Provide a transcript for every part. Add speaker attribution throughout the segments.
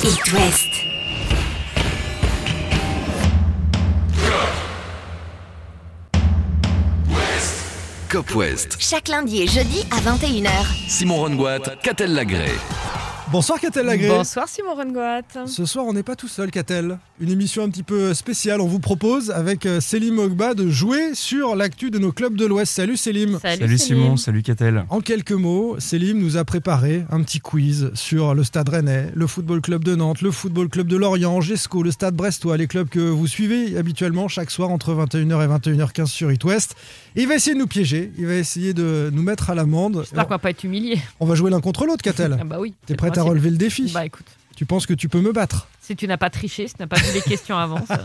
Speaker 1: It West.
Speaker 2: Cop West,
Speaker 1: Chaque lundi et jeudi à 21h.
Speaker 2: Simon Rongoat, Catel Lagré.
Speaker 3: Bonsoir Catel Lagré.
Speaker 4: Bonsoir Simon Rengoat.
Speaker 3: Ce soir, on n'est pas tout seul, Catel. Une émission un petit peu spéciale. On vous propose, avec euh, Selim Ogba, de jouer sur l'actu de nos clubs de l'Ouest. Salut Selim.
Speaker 5: Salut Simon, salut Catel.
Speaker 3: En quelques mots, Selim nous a préparé un petit quiz sur le Stade Rennais, le Football Club de Nantes, le Football Club de Lorient, Gesco, le Stade Brestois, les clubs que vous suivez habituellement chaque soir entre 21h et 21h15 sur It West. Et il va essayer de nous piéger, il va essayer de nous mettre à l'amende.
Speaker 4: J'espère qu'on va pas être humilié.
Speaker 3: On va jouer l'un contre l'autre,
Speaker 4: Ah
Speaker 3: Catel.
Speaker 4: bah oui. c'est
Speaker 3: T'es
Speaker 4: le
Speaker 3: prête à
Speaker 4: principe.
Speaker 3: relever le défi
Speaker 4: Bah écoute,
Speaker 3: Tu penses que tu peux me battre
Speaker 4: si tu n'as pas triché, si tu n'as pas vu les questions avant, ça,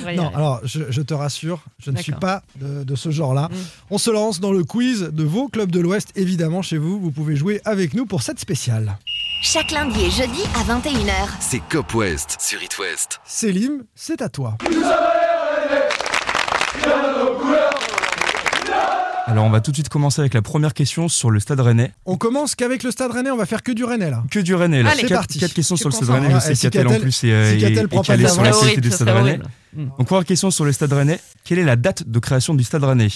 Speaker 4: on va y
Speaker 3: Non,
Speaker 4: aller.
Speaker 3: alors je, je te rassure, je ne suis pas de, de ce genre-là.
Speaker 4: Mm.
Speaker 3: On se lance dans le quiz de vos clubs de l'Ouest. Évidemment, chez vous, vous pouvez jouer avec nous pour cette spéciale.
Speaker 1: Chaque lundi et jeudi à 21h.
Speaker 2: C'est Cop West sur It West.
Speaker 3: Selim, c'est à toi.
Speaker 5: Alors on va tout de suite commencer avec la première question sur le Stade Rennais.
Speaker 3: On commence qu'avec le Stade Rennais, on va faire que du Rennais là.
Speaker 5: Que du Rennais là.
Speaker 4: Allez.
Speaker 3: C'est
Speaker 5: Quatre-
Speaker 3: parti.
Speaker 5: Quatre questions
Speaker 3: Je
Speaker 5: sur le
Speaker 3: pense
Speaker 5: Stade
Speaker 3: à
Speaker 5: Rennais.
Speaker 3: rien.
Speaker 5: Je
Speaker 3: Et
Speaker 5: sais
Speaker 3: si
Speaker 5: Catel en
Speaker 3: Catel-
Speaker 5: plus est,
Speaker 3: si
Speaker 5: est-
Speaker 3: Catel
Speaker 5: est
Speaker 3: prend pas
Speaker 5: calé
Speaker 3: de
Speaker 5: sur
Speaker 4: Ça
Speaker 5: la
Speaker 3: l'avance,
Speaker 4: serait
Speaker 5: société
Speaker 4: horrible,
Speaker 5: du
Speaker 4: ça
Speaker 5: Stade
Speaker 4: serait
Speaker 5: Rennais. Mm.
Speaker 4: horrible.
Speaker 5: Donc première question sur le Stade Rennais. Quelle est la date de création du Stade Rennais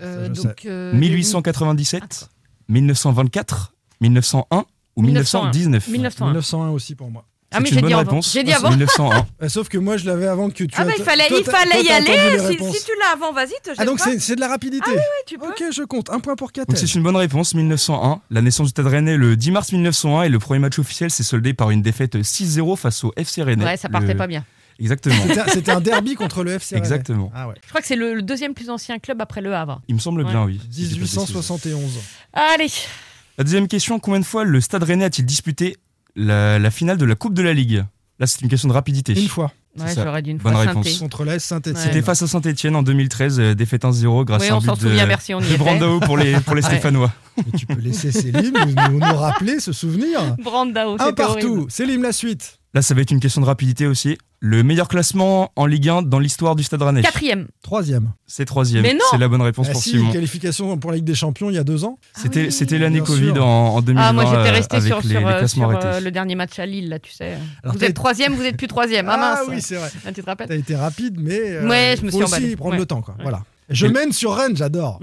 Speaker 4: Euh,
Speaker 3: Ça, je
Speaker 4: donc, euh,
Speaker 5: 1897, 1924, 1901 ou 1919
Speaker 4: 1901.
Speaker 3: 1901 aussi pour moi.
Speaker 4: Ah
Speaker 5: C'est
Speaker 4: mais
Speaker 5: une
Speaker 4: j'ai
Speaker 5: bonne
Speaker 4: dit avant.
Speaker 5: réponse.
Speaker 4: J'ai dit avant.
Speaker 5: 1901.
Speaker 3: Euh, sauf que moi, je l'avais avant que tu.
Speaker 4: Ah bah
Speaker 3: atte-
Speaker 4: il fallait,
Speaker 3: toi,
Speaker 4: il
Speaker 3: t'as-
Speaker 4: fallait
Speaker 3: toi,
Speaker 4: y
Speaker 3: t'as entendu les
Speaker 4: aller. Si,
Speaker 3: réponses.
Speaker 4: si tu l'as avant, vas-y, te jette
Speaker 3: Ah donc
Speaker 4: pas.
Speaker 3: c'est c'est de la rapidité.
Speaker 4: Ouais, tu peux.
Speaker 3: ok, je compte. Un point pour Catel.
Speaker 5: Donc c'est une bonne réponse, 1901. La naissance du Stade Rennais le 10 mars 1901 et le premier match officiel s'est soldé par une défaite 6-0 face au FC Rennais.
Speaker 4: Ouais, ça partait
Speaker 5: Le-
Speaker 4: pas bien.
Speaker 5: Exactement.
Speaker 3: C'était un- C'était un derby contre le FC. Rennais.
Speaker 5: Exactement.
Speaker 3: Ah ouais.
Speaker 4: Je crois que c'est le, le deuxième plus ancien club après le Havre.
Speaker 5: Il me semble
Speaker 4: Ouais.
Speaker 5: bien, oui. si je dis pas de bêtises.
Speaker 3: 1871.
Speaker 4: Allez,
Speaker 5: La deuxième question, combien de fois le Stade Rennais a-t-il disputé la, la finale de la Coupe de la Ligue Là, c'est une question de rapidité.
Speaker 3: Une fois
Speaker 5: C'est
Speaker 4: ouais,
Speaker 5: ça.
Speaker 4: j'aurais dû une
Speaker 5: Bonne
Speaker 4: fois
Speaker 5: réponse.
Speaker 4: synthé.
Speaker 3: contre l'AS Saint-Étienne.
Speaker 5: C'était face à Saint-Etienne en 2013, euh, défaite 1-0 grâce
Speaker 4: Oui,
Speaker 5: à un
Speaker 4: on s'en
Speaker 5: but de,
Speaker 4: souvient, merci, on y
Speaker 5: de
Speaker 4: était.
Speaker 5: Brandao pour les, pour les
Speaker 4: Ouais.
Speaker 5: Stéphanois.
Speaker 3: Mais tu peux laisser Célim nous, nous- nous rappeler ce souvenir.
Speaker 4: Brandao,
Speaker 3: Un
Speaker 4: c'était
Speaker 3: partout.
Speaker 4: Oh, horrible.
Speaker 3: Célim, la suite.
Speaker 5: Là, ça va être une question de rapidité aussi. Le meilleur classement en Ligue 1 dans l'histoire du Stade Rennais
Speaker 4: Quatrième.
Speaker 3: Troisième.
Speaker 5: C'est troisième.
Speaker 4: Mais non
Speaker 5: C'est la bonne réponse
Speaker 3: Ah
Speaker 5: pour
Speaker 3: si,
Speaker 5: Simon.
Speaker 3: qualification pour la Ligue des Champions il y a deux ans.
Speaker 5: C'était
Speaker 4: Ah oui.
Speaker 5: c'était l'année
Speaker 3: Bien sûr.
Speaker 5: Covid en, en 2020
Speaker 4: Ah, moi j'étais
Speaker 5: euh,
Speaker 4: resté
Speaker 5: avec
Speaker 4: sur,
Speaker 5: les,
Speaker 4: sur,
Speaker 5: les
Speaker 4: euh,
Speaker 5: classements
Speaker 4: sur, euh,
Speaker 5: arrêtés.
Speaker 4: le dernier match à Lille, là, tu sais.
Speaker 3: Alors,
Speaker 4: vous
Speaker 3: t'as-
Speaker 4: êtes troisième, vous êtes plus troisième. Ah,
Speaker 3: Ah
Speaker 4: mince.
Speaker 3: oui, c'est vrai.
Speaker 4: Ah, tu te rappelles
Speaker 3: T'as été rapide, mais euh,
Speaker 4: Ouais, je me
Speaker 3: faut
Speaker 4: suis
Speaker 3: aussi
Speaker 4: emballée.
Speaker 3: prendre
Speaker 4: Ouais.
Speaker 3: le temps. Quoi.
Speaker 4: Ouais.
Speaker 3: Voilà. Je
Speaker 5: Mais-
Speaker 3: mène sur Rennes, j'adore.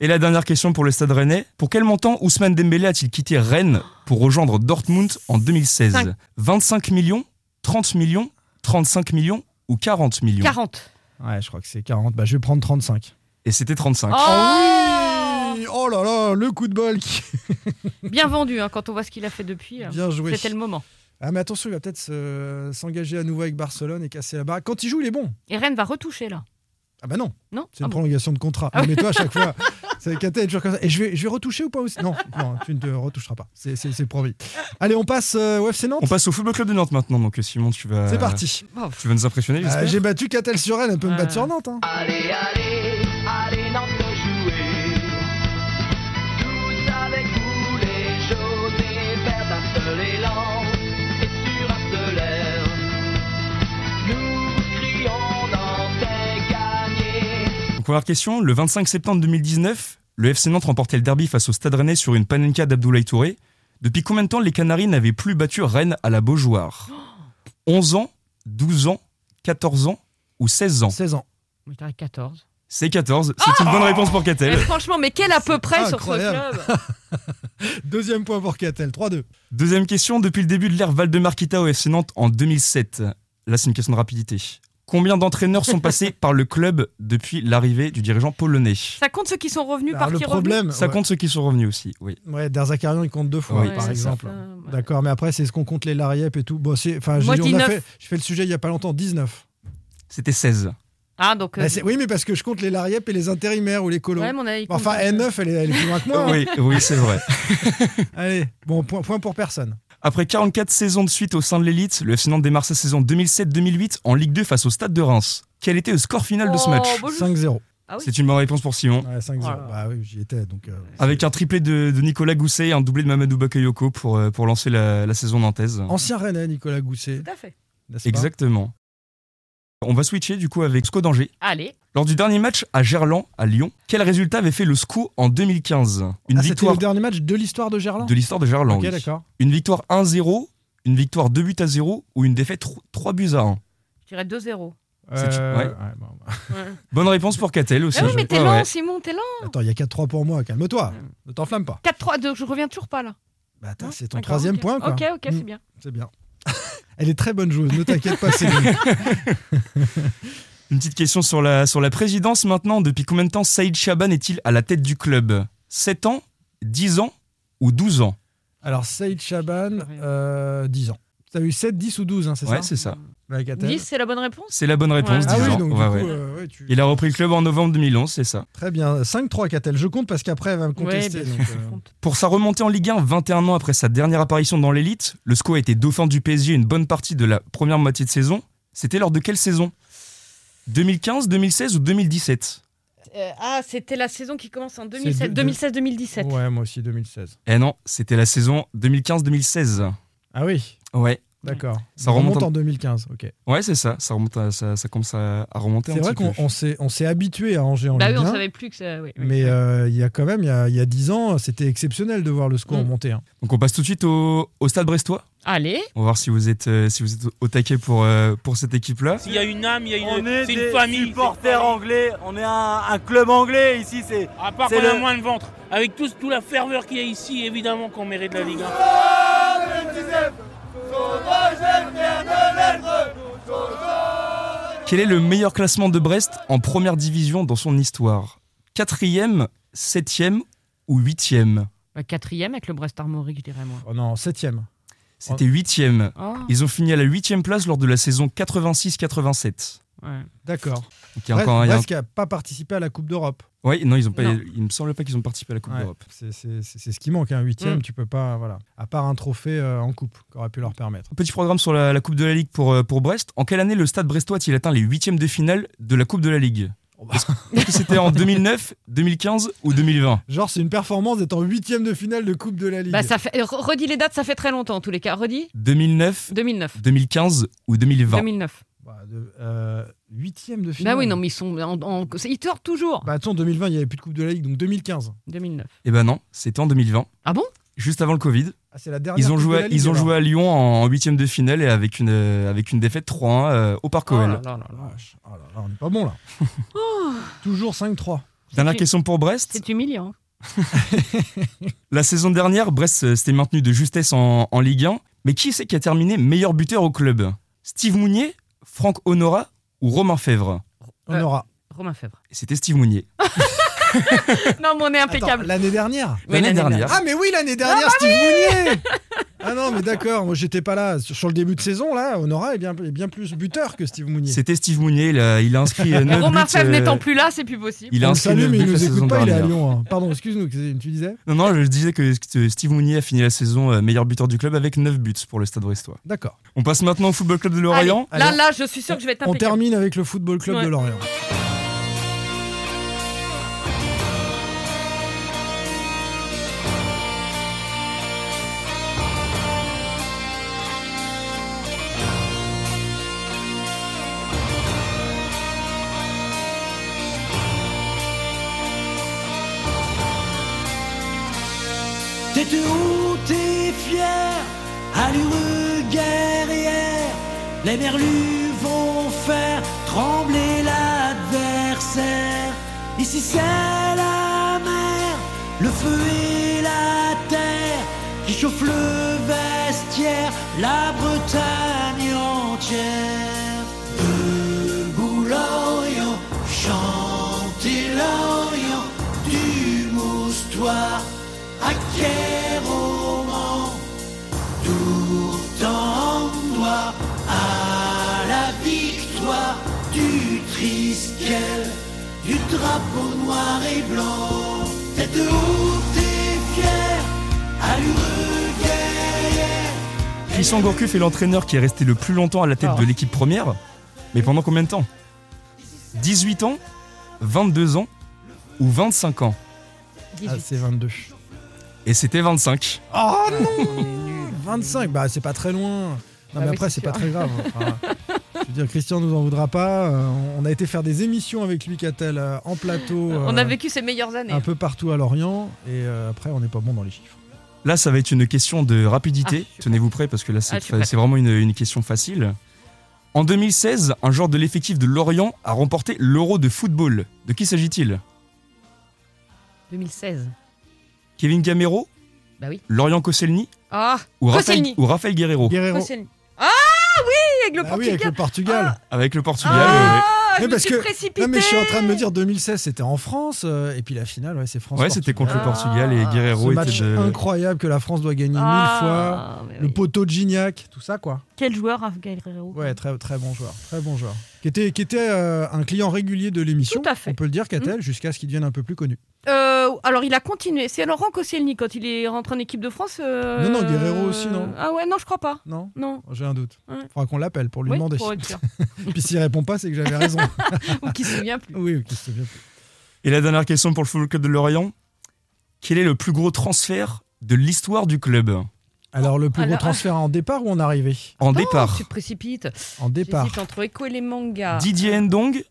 Speaker 5: Et la dernière question pour le Stade Rennais. Pour quel montant Ousmane Dembélé a-t-il quitté Rennes pour rejoindre Dortmund en 2016
Speaker 4: Cinq.
Speaker 5: 25 millions 30 millions 35 millions ou 40 millions
Speaker 4: 40.
Speaker 3: Ouais, je crois que c'est 40. Bah, je vais prendre 35.
Speaker 5: Et c'était 35.
Speaker 4: Oh
Speaker 3: Oui, Oh là là, le coup de bol qui
Speaker 4: Bien vendu, hein, quand on voit ce qu'il a fait depuis. euh,
Speaker 3: bien joué.
Speaker 4: C'était le moment.
Speaker 3: Ah, mais attention, il va peut-être se- s'engager à nouveau avec Barcelone et casser la barre. Quand il joue, il est bon.
Speaker 4: Et Rennes va retoucher là.
Speaker 3: Ah bah non,
Speaker 4: Non
Speaker 3: c'est une
Speaker 4: Ah bon.
Speaker 3: prolongation de contrat.
Speaker 4: Ah
Speaker 3: Non, mais toi, à chaque fois, c'est Katel est toujours comme ça. Et je vais, je vais retoucher ou pas aussi Non, non, tu ne te retoucheras pas. C'est- C'est c'est promis. Allez, on passe euh, au FC Nantes.
Speaker 5: On passe au Football Club de Nantes maintenant. Donc Simon, tu vas,
Speaker 3: C'est parti.
Speaker 4: Oh,
Speaker 5: Tu vas nous impressionner,
Speaker 3: Euh,
Speaker 5: j'espère.
Speaker 3: J'ai battu Catel sur Rennes, elle peut me
Speaker 4: Euh.
Speaker 3: battre sur Nantes. hein.
Speaker 6: Allez, allez, allez, Nantes jouer. Tous avec vous, les jaunes et verts d'un seul élan et sur un seul air. Nous crions Nantais gagné.
Speaker 5: Donc, première question. Le 25 septembre 2019, le FC Nantes remportait le derby face au Stade Rennais sur une panenka d'Abdoulaye Touré. Depuis combien de temps les Canaries n'avaient plus battu Rennes à la Beaujoire 11 ans 12 ans 14 ans ou 16 ans
Speaker 3: 16 ans.
Speaker 4: moi, je dirais 14.
Speaker 5: C'est 14. C'est une
Speaker 4: Ah
Speaker 5: bonne réponse pour
Speaker 4: Mais
Speaker 5: Catel.
Speaker 4: franchement, mais quel à peu près sur ce
Speaker 3: incroyable.
Speaker 4: club
Speaker 3: Deuxième point pour Catel, 3-2.
Speaker 5: Deuxième question. Depuis le début de l'ère Valdemar Kita au FC Nantes en 2007. Là, c'est une question de rapidité. Combien d'entraîneurs sont passés par le club depuis l'arrivée du dirigeant polonais
Speaker 4: Ça compte ceux qui sont revenus,
Speaker 3: Alors,
Speaker 4: par
Speaker 3: le
Speaker 4: qui revenus
Speaker 3: problème,
Speaker 5: Ça compte ceux qui sont revenus aussi, oui.
Speaker 3: ouais, ouais, Derzakarian, il compte deux fois,
Speaker 5: Oui,
Speaker 3: par
Speaker 4: c'est
Speaker 3: exemple.
Speaker 4: ça. Euh, ouais.
Speaker 3: D'accord, mais après, c'est ce qu'on compte les Lariep et tout. Bon, c'est- enfin, j'ai
Speaker 4: Moi,
Speaker 3: dit, on a
Speaker 4: 19.
Speaker 3: fait, je fais le sujet il y a pas longtemps, 19.
Speaker 5: C'était 16.
Speaker 4: Ah, donc. euh,
Speaker 3: Bah, c'est- oui, mais parce que je compte les Lariep et les intérimaires ou les colons.
Speaker 4: ouais, mais on a- il compte-
Speaker 3: enfin, N9, elle est, elle est plus loin que moi. hein.
Speaker 5: Oui, oui c'est vrai.
Speaker 3: Allez, bon, point, point pour personne.
Speaker 5: Après 44 saisons de suite au sein de l'élite, le FC Nantes démarre sa saison 2007-2008 en Ligue 2 face au Stade de Reims. Quel était le score final de ce
Speaker 4: Oh,
Speaker 5: match
Speaker 4: bonjour.
Speaker 3: 5-0.
Speaker 4: Ah oui.
Speaker 5: C'est une bonne réponse pour Simon.
Speaker 3: Ouais, 5-0.
Speaker 4: Voilà.
Speaker 3: Bah oui, j'y étais. Donc, euh,
Speaker 5: Avec un triplé de, de Nicolas Gousset et un doublé de Mamadou Bakayoko pour, euh, pour lancer la, la saison nantaise.
Speaker 3: Ancien Rennais, Nicolas Gousset.
Speaker 4: Tout à fait.
Speaker 3: n'est-ce pas
Speaker 5: Exactement. On va switcher du coup avec SCO Danger.
Speaker 4: Allez.
Speaker 5: Lors du dernier match à Gerland, à Lyon, quel résultat avait fait le SCO en 2015 Une
Speaker 3: Ah, c'était
Speaker 5: victoire
Speaker 3: le dernier match de l'histoire de Gerland
Speaker 5: de l'histoire de Gerland.
Speaker 3: Ok,
Speaker 5: oui.
Speaker 3: d'accord.
Speaker 5: Une victoire 1-0, une victoire 2 buts à 0 ou une défaite 3 buts à 1
Speaker 4: Je dirais 2-0.
Speaker 5: C'est-
Speaker 7: Euh,
Speaker 5: ouais.
Speaker 7: ouais, bon, bah.
Speaker 5: Bonne réponse pour Catel aussi.
Speaker 4: Ah oui, mais t'es
Speaker 5: Ouais,
Speaker 4: lent,
Speaker 5: ouais.
Speaker 4: Simon, t'es lent.
Speaker 3: Attends, il y a 4-3 pour moi, calme-toi. Ne t'enflamme pas.
Speaker 4: 4-3, donc je reviens toujours pas là.
Speaker 3: Bah, attends,
Speaker 4: Non,
Speaker 3: c'est ton
Speaker 4: d'accord,
Speaker 3: troisième
Speaker 4: ok.
Speaker 3: point, quoi.
Speaker 4: Ok, ok,
Speaker 3: Mm.
Speaker 4: c'est bien.
Speaker 3: C'est bien. Elle est très bonne joueuse, ne t'inquiète pas, Céline.
Speaker 5: Une petite question sur la, sur la présidence maintenant. Depuis combien de temps Saïd Chaban est-il à la tête du club 7 ans, 10 ans ou 12 ans
Speaker 3: Alors, Saïd Chaban,
Speaker 4: Rien.
Speaker 3: euh, 10 ans. T'as eu 7, 10 ou 12, hein, c'est
Speaker 5: Ouais,
Speaker 3: ça
Speaker 5: c'est ça.
Speaker 3: Bah, Catel.
Speaker 4: 10, c'est la bonne réponse
Speaker 5: C'est la bonne réponse,
Speaker 4: Ouais.
Speaker 3: Ah
Speaker 5: 10
Speaker 3: oui,
Speaker 5: ans.
Speaker 3: donc du
Speaker 5: Ouais,
Speaker 3: coup,
Speaker 5: ouais.
Speaker 3: euh, ouais, tu-
Speaker 5: Il a repris le club en novembre 2011, c'est ça.
Speaker 3: Très bien. 5-3, Catel. Je compte parce qu'après, elle va me contester.
Speaker 4: Ouais, bah,
Speaker 3: donc,
Speaker 4: bien sûr, je
Speaker 3: euh,
Speaker 4: compte.
Speaker 5: Pour sa remontée en Ligue 1 21 ans après sa dernière apparition dans l'élite, le SCO a été dauphin du PSG une bonne partie de la première moitié de saison. C'était lors de quelle saison 2015, 2016 ou 2017
Speaker 4: Euh, ah, c'était la saison qui commence en
Speaker 3: C'est
Speaker 4: 2007,
Speaker 3: deux-
Speaker 4: 2016-2017.
Speaker 3: Ouais, moi aussi, 2016.
Speaker 5: Eh non, c'était la saison 2015-2016.
Speaker 3: Ah oui,
Speaker 5: Ouais.
Speaker 3: d'accord.
Speaker 5: Ça
Speaker 3: On
Speaker 5: remonte
Speaker 3: en 2015, ok.
Speaker 5: Ouais, c'est ça. Ça, remonte à- ça, ça commence à, à remonter un
Speaker 3: C'est vrai
Speaker 5: petit
Speaker 3: qu'on
Speaker 5: peu.
Speaker 3: on s'est on s'est habitué à Angers en
Speaker 4: Bah oui,
Speaker 3: Ligue
Speaker 4: on
Speaker 3: 1,
Speaker 4: savait plus que ça. oui, oui.
Speaker 3: mais euh, il y a quand même, il y a, il y a 10 ans, c'était exceptionnel de voir le score
Speaker 4: Mm.
Speaker 3: monter. hein.
Speaker 5: Donc on passe tout de suite au, au stade brestois.
Speaker 4: Allez,
Speaker 5: On va voir si vous êtes, euh, si vous êtes au taquet pour, euh, pour cette équipe-là.
Speaker 8: Il y a une âme, il y a
Speaker 9: On
Speaker 8: une,
Speaker 9: est
Speaker 8: c'est
Speaker 9: des
Speaker 8: une famille.
Speaker 9: supporters anglais, on est un, un club anglais ici, c'est
Speaker 8: À part
Speaker 9: C'est
Speaker 8: qu'on a
Speaker 9: le-
Speaker 8: moins de ventre. Avec tout, toute la ferveur qu'il y a ici, évidemment qu'on mérite la Ligue 1.
Speaker 5: Quel est le meilleur classement de Brest en première division dans son histoire Quatrième, septième ou huitième
Speaker 4: Bah, quatrième avec le Brest Armorique, je dirais moi.
Speaker 3: Oh non, 7ème.
Speaker 5: C'était huitième.
Speaker 4: Oh,
Speaker 5: Ils ont fini à la huitième place lors de la saison 86-87.
Speaker 4: ouais.
Speaker 3: D'accord.
Speaker 5: Donc il y a
Speaker 3: Brest
Speaker 5: encore un- il y a un-
Speaker 3: Brest qui n'a pas participé à la Coupe d'Europe.
Speaker 5: Ouais, non, ils ont pas.
Speaker 4: Non.
Speaker 5: Il me semble pas qu'ils ont participé à la Coupe
Speaker 3: Ouais,
Speaker 5: d'Europe.
Speaker 3: c'est- C'est c'est- c'est ce qui manque, un huitième,
Speaker 4: Mm.
Speaker 3: tu peux pas, voilà. À part un trophée euh, en coupe qu'aurait pu leur permettre.
Speaker 5: Petit programme sur la, la Coupe de la Ligue pour, euh, pour Brest. En quelle année le Stade Brestois a-t-il atteint les huitièmes de finale de la Coupe de la Ligue
Speaker 3: Oh, bah.
Speaker 5: Est-ce que c'était en 2009, 2015 ou 2020
Speaker 3: Genre, c'est une performance d'être en huitième de finale de Coupe de la Ligue.
Speaker 4: Bah, ça fait... re- Redis les dates, ça fait très longtemps en tous les cas. Redis
Speaker 5: 2009,
Speaker 4: 2009.
Speaker 5: 2015 ou 2020
Speaker 4: 2009.
Speaker 3: Bah, de- euh, Huitième de
Speaker 4: Bah
Speaker 3: finale.
Speaker 4: oui, non, mais ils sont. En, en- Ils tournent toujours.
Speaker 3: Bah attends, 2020, il n'y avait plus de Coupe de la Ligue, donc 2015.
Speaker 4: 2009.
Speaker 5: Eh ben non, c'était en 2020,
Speaker 4: Ah bon
Speaker 5: juste avant le Covid.
Speaker 3: Ah, c'est la dernière.
Speaker 5: Ils ont,
Speaker 3: Coupe de
Speaker 5: joué,
Speaker 3: la
Speaker 5: à-
Speaker 3: Ligue,
Speaker 5: ils ont
Speaker 3: alors.
Speaker 5: joué à Lyon en huitième de finale et avec une, euh, avec une défaite 3-1 euh, au
Speaker 3: Ah.
Speaker 5: Parc OL.
Speaker 4: Oh là là là là.
Speaker 3: Vache. Oh là là, on n'est pas bon là.
Speaker 4: Oh.
Speaker 3: Toujours 5-3.
Speaker 5: Dernière
Speaker 4: C'est-
Speaker 5: question pour Brest.
Speaker 4: C'est humiliant.
Speaker 5: La saison dernière, Brest euh, s'était maintenu de justesse en, en Ligue 1. Mais qui c'est qui a terminé meilleur buteur au club Steve Mounier, Franck Honora ou Romain Fèvre
Speaker 3: On
Speaker 4: Euh,
Speaker 3: aura.
Speaker 4: Romain Fèvre.
Speaker 5: Et C'était Steve Mounier.
Speaker 4: non, mais on est
Speaker 3: Attends,
Speaker 4: impeccable. bah
Speaker 3: L'année dernière.
Speaker 4: Oui,
Speaker 5: L'année
Speaker 4: l'année
Speaker 5: dernière.
Speaker 3: Ah mais oui, l'année dernière, Steve Mounier Ah non, mais d'accord, moi j'étais pas là. Sur, sur le début de saison, là, Honora est bien, est bien plus buteur que Steve Mounier.
Speaker 5: C'était Steve Mounier. Il a, il a inscrit
Speaker 4: Mais
Speaker 5: 9
Speaker 4: Ah. Romain
Speaker 5: buts.
Speaker 4: Fèvre
Speaker 5: euh,
Speaker 4: n'étant plus là, c'est plus possible.
Speaker 5: Il a
Speaker 3: On le
Speaker 5: inscrit
Speaker 3: salue,
Speaker 5: 9
Speaker 3: mais
Speaker 5: buts
Speaker 3: il
Speaker 5: la
Speaker 3: nous
Speaker 5: saison
Speaker 3: écoute pas, il est à
Speaker 5: dernière.
Speaker 3: Lyon. hein. Pardon, excuse-nous, Céline, tu disais
Speaker 5: Non, non, je disais que euh, Steve Mounier a fini la saison euh, meilleur buteur du club avec 9 buts pour le Stade Brestois.
Speaker 3: D'accord.
Speaker 5: On passe maintenant au Football Club de
Speaker 4: Allez,
Speaker 5: Lorient.
Speaker 4: là,
Speaker 3: Allez,
Speaker 4: là, je suis sûr que je vais être
Speaker 3: On
Speaker 4: impeccable.
Speaker 3: termine avec le Football Club
Speaker 4: Ouais.
Speaker 3: de Lorient.
Speaker 9: T'étais où, t'es fier, allure guerrière, les merlus vont faire trembler l'adversaire. Ici c'est la mer, le feu et la terre, qui chauffe le vestiaire, la Bretagne entière. Debout l'Orient, chantez l'Orient, du moustoir à Kéroman, tout en doigt à la victoire du Triskel, du drapeau noir et blanc. Tête haute et fière, allure guerrière.
Speaker 5: Christian Gourcuff est l'entraîneur qui est resté le plus longtemps à la
Speaker 4: Ah.
Speaker 5: tête de l'équipe première. Mais pendant combien de temps 18 ans 22 ans Ou 25 ans
Speaker 4: 18.
Speaker 3: Ah, c'est 22.
Speaker 5: Et c'était 25.
Speaker 3: Oh non 25, bah c'est pas très loin. Non
Speaker 4: Ah
Speaker 5: Bah
Speaker 3: mais
Speaker 4: oui,
Speaker 3: après
Speaker 4: c'est
Speaker 3: c'est pas
Speaker 4: sûr.
Speaker 3: très grave. Enfin, je veux dire, Christian nous en voudra pas. Euh, On a été faire des émissions avec lui, Catel, euh, en plateau.
Speaker 4: On
Speaker 3: euh, Ah.
Speaker 4: a vécu ses meilleures années.
Speaker 3: un peu partout à Lorient et euh, après on n'est pas bon dans les chiffres.
Speaker 5: Là, ça va être une question de rapidité.
Speaker 4: Ah, je suis
Speaker 5: Tenez-vous prêts parce que là,
Speaker 4: Ah,
Speaker 5: c'est
Speaker 4: je suis
Speaker 5: fa-
Speaker 4: prête.
Speaker 5: c'est vraiment une, une question facile. En 2016, un joueur de l'effectif de Lorient a remporté l'Euro de football. De qui s'agit-il
Speaker 4: 2016.
Speaker 5: Kevin Gamero
Speaker 4: Bah oui.
Speaker 5: Lorient Koscielny
Speaker 4: Ah,
Speaker 5: ou Raphaël,
Speaker 4: Koscielny.
Speaker 5: ou Raphaël Guerrero
Speaker 3: Guerrero.
Speaker 4: Koscielny. Ah oui, avec le
Speaker 3: Bah oui, avec
Speaker 4: Portugal.
Speaker 3: le Portugal.
Speaker 5: Avec le Portugal. ouais, ouais.
Speaker 4: Ah,
Speaker 3: Mais
Speaker 4: je me
Speaker 3: parce
Speaker 4: suis
Speaker 3: que-
Speaker 4: précipitée.
Speaker 3: Non, mais je suis en train de me dire 2016, c'était en France. euh, et puis la finale, ouais, c'est France.
Speaker 5: Ouais, c'était contre le
Speaker 4: Ah.
Speaker 5: Portugal et Guerrero
Speaker 3: Ce
Speaker 5: était
Speaker 3: match
Speaker 5: de-
Speaker 3: incroyable que la France doit gagner mille fois.
Speaker 4: Ah, mais
Speaker 3: Le
Speaker 4: oui.
Speaker 3: poteau de Gignac, tout ça, quoi.
Speaker 4: Quel joueur, Raphaël Guerrero
Speaker 3: Ouais, très, très bon joueur. Très bon joueur. Qui était, qui était euh, un client régulier de l'émission.
Speaker 4: Tout à fait. Mmh.
Speaker 3: On peut le dire, Catel, jusqu'à ce qu'il devienne un peu plus connu.
Speaker 4: Euh, alors il a continué. C'est Laurent Koscielny quand il est rentré en équipe de France. euh,
Speaker 3: Non, non, Guerrero aussi, non.
Speaker 4: Ah ouais, non, je crois pas.
Speaker 3: Non
Speaker 4: Non.
Speaker 3: J'ai un doute.
Speaker 4: Ouais.
Speaker 3: Faudra qu'on l'appelle pour lui
Speaker 4: Oui,
Speaker 3: demander.
Speaker 4: pour être sûr.
Speaker 3: Puis s'il répond pas, c'est que j'avais raison.
Speaker 4: Ou qui se souvient plus.
Speaker 3: oui, ok, c'est bien.
Speaker 5: Et la dernière question pour le Football Club de Lorient. Quel est le plus gros transfert de l'histoire du club
Speaker 3: Alors, le plus
Speaker 4: Alors,
Speaker 3: gros transfert en départ ou en arrivée
Speaker 5: En
Speaker 4: Oh,
Speaker 5: départ,
Speaker 4: tu te précipites.
Speaker 3: En départ.
Speaker 4: J'hésite entre Echo et les mangas.
Speaker 5: Didier Ndong,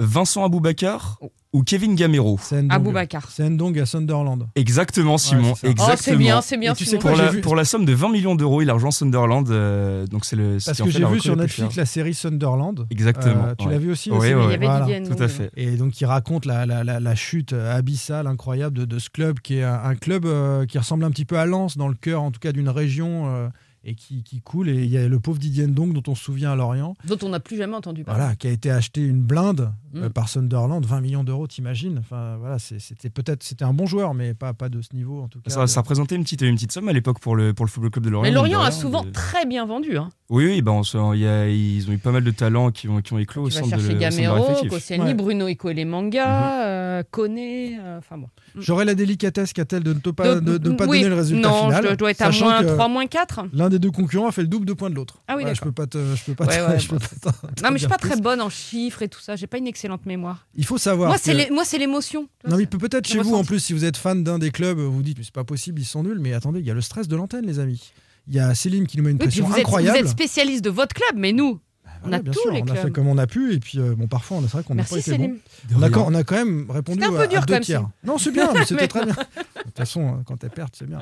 Speaker 5: Vincent Aboubakar
Speaker 4: Oh.
Speaker 5: ou Kevin Gamero
Speaker 3: C'est Ndong.
Speaker 4: Aboubacar.
Speaker 3: C'est Ndong à Sunderland.
Speaker 5: Exactement, Simon.
Speaker 3: c'est ça.
Speaker 4: Oh, c'est
Speaker 5: exactement.
Speaker 4: bien, c'est bien.
Speaker 3: Et tu sais
Speaker 4: Simon.
Speaker 3: quoi,
Speaker 5: pour,
Speaker 3: j'ai
Speaker 5: la,
Speaker 3: vu-
Speaker 5: pour la somme de 20 millions d'euros, il a rejoint Sunderland. euh, donc c'est le.
Speaker 3: Parce
Speaker 5: c'est en
Speaker 3: que
Speaker 5: fait
Speaker 3: j'ai
Speaker 5: la
Speaker 3: vu
Speaker 5: recrue
Speaker 3: sur
Speaker 5: la plus
Speaker 3: Netflix
Speaker 5: chère.
Speaker 3: la série Sunderland.
Speaker 5: Exactement.
Speaker 3: Euh, tu
Speaker 5: ouais.
Speaker 3: l'as vu aussi
Speaker 5: Oui,
Speaker 3: la série
Speaker 5: oui,
Speaker 4: Il y avait euh,
Speaker 3: Voilà.
Speaker 4: Didier
Speaker 5: Tout à
Speaker 4: Ndong.
Speaker 5: fait.
Speaker 3: Et donc, il raconte la, la, la, la chute abyssale, incroyable de, de ce club, qui est un, un club euh, qui ressemble un petit peu à Lens, dans le cœur, en tout cas, d'une région, euh, et qui, qui coule. Et il y a le pauvre Didier Ndong, dont on se souvient à Lorient,
Speaker 4: Dont on n'a plus jamais entendu
Speaker 5: Ah.
Speaker 4: parler.
Speaker 3: voilà, qui a été acheté une blinde euh,
Speaker 4: Mm.
Speaker 3: par Sunderland, 20 millions d'euros, t'imagines Enfin, voilà, c'est- c'était peut-être c'était un bon joueur, mais pas, pas de ce niveau, en tout cas.
Speaker 5: Ça, ça représentait une petite, une petite somme à l'époque pour le, pour le Football Club de Lorient.
Speaker 4: Mais Lorient a
Speaker 5: Voilà,
Speaker 4: souvent
Speaker 5: euh,
Speaker 4: très bien vendu. Hein.
Speaker 5: Oui, oui, ben, on se- il y a- ils ont eu pas mal de talents qui ont, qui ont éclos au
Speaker 4: Tu vas
Speaker 5: sein de,
Speaker 4: chercher
Speaker 5: au sein de Mhm. leur
Speaker 4: Gamero,
Speaker 5: effectif.
Speaker 4: Koscielny,
Speaker 3: Ouais.
Speaker 4: Bruno Eco et les mangas, euh, Koné. euh, Enfin bon.
Speaker 3: J'aurais la délicatesse qu'a-t-elle de ne pas, de, de ne pas
Speaker 4: oui,
Speaker 3: donner le résultat
Speaker 4: non,
Speaker 3: final
Speaker 4: je dois- dois être à
Speaker 3: sachant
Speaker 4: moins
Speaker 3: que
Speaker 4: 3, moins 4.
Speaker 3: L'un des deux concurrents a fait le double de points de l'autre.
Speaker 4: Ah oui,
Speaker 3: Voilà, je peux pas te, je peux pas.
Speaker 4: Ouais,
Speaker 3: te-
Speaker 4: ouais,
Speaker 3: je peux pas t'en- t'en
Speaker 4: Non, mais je suis
Speaker 3: dire
Speaker 4: pas
Speaker 3: plus.
Speaker 4: très bonne en chiffres et tout ça. J'ai pas une excellente mémoire.
Speaker 3: Il faut savoir.
Speaker 4: moi,
Speaker 3: que- Ah
Speaker 4: c'est les- moi, c'est l'émotion. tu vois,
Speaker 3: Non, mais
Speaker 4: c'est-
Speaker 3: peut- peut-être
Speaker 4: le
Speaker 3: chez vous, en
Speaker 4: ressenti.
Speaker 3: plus, si vous êtes fan d'un des clubs, vous vous dites, mais c'est pas possible, ils sont nuls. Mais attendez, il y a le stress de l'antenne, les amis. Il y a Céline qui nous met une
Speaker 4: Oui, puis
Speaker 3: pression
Speaker 4: vous, êtes, vous
Speaker 3: incroyable.
Speaker 4: êtes spécialiste de votre club, mais nous, on
Speaker 3: Ouais,
Speaker 4: a
Speaker 3: bien
Speaker 4: tous
Speaker 3: sûr,
Speaker 4: les
Speaker 3: on a
Speaker 4: clubs.
Speaker 3: fait comme on a pu. Et puis, euh, bon, parfois, on- c'est vrai qu'on n'a pas
Speaker 4: Merci
Speaker 3: été bon.
Speaker 4: Céline.
Speaker 5: De rien.
Speaker 3: D'accord, on a quand même répondu
Speaker 4: C'était un peu
Speaker 3: à- à
Speaker 4: dur,
Speaker 3: deux
Speaker 4: quand même,
Speaker 3: tiers.
Speaker 4: Céline.
Speaker 3: Non, c'est bien, mais c'était
Speaker 4: Mais
Speaker 3: très bien. De toute façon, euh, quand elle perd, c'est bien.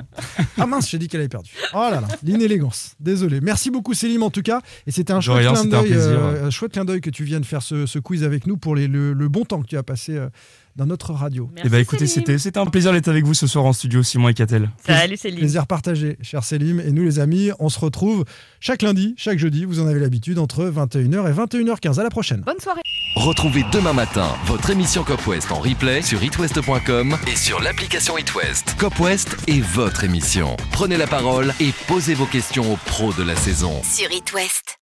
Speaker 3: Ah mince, j'ai dit qu'elle avait perdu. Oh là là, l'inélégance. Désolé. Merci beaucoup, Céline, en tout cas. Et c'était un
Speaker 5: De
Speaker 3: chouette
Speaker 5: rien,
Speaker 3: clin
Speaker 5: c'était un
Speaker 3: d'œil,
Speaker 5: plaisir.
Speaker 3: euh, un chouette clin d'œil que tu viennes faire ce, ce quiz avec nous pour les- le, le bon temps que tu as passé euh, dans notre radio.
Speaker 5: Eh ben, écoutez, c'était c'était un plaisir d'être avec vous ce soir en studio, Simon et Catel.
Speaker 4: Salut Céline.
Speaker 3: Plaisir partagé, cher Célim. Et nous, les amis, on se retrouve chaque lundi, chaque jeudi. Vous en avez l'habitude, entre 21h et 21h15. À la prochaine.
Speaker 4: Bonne soirée.
Speaker 2: Retrouvez demain matin votre émission Cop West en replay sur itwest.com et sur l'application itwest. Cop West est votre émission. Prenez la parole et posez vos questions aux pros de la saison.
Speaker 1: Sur It West.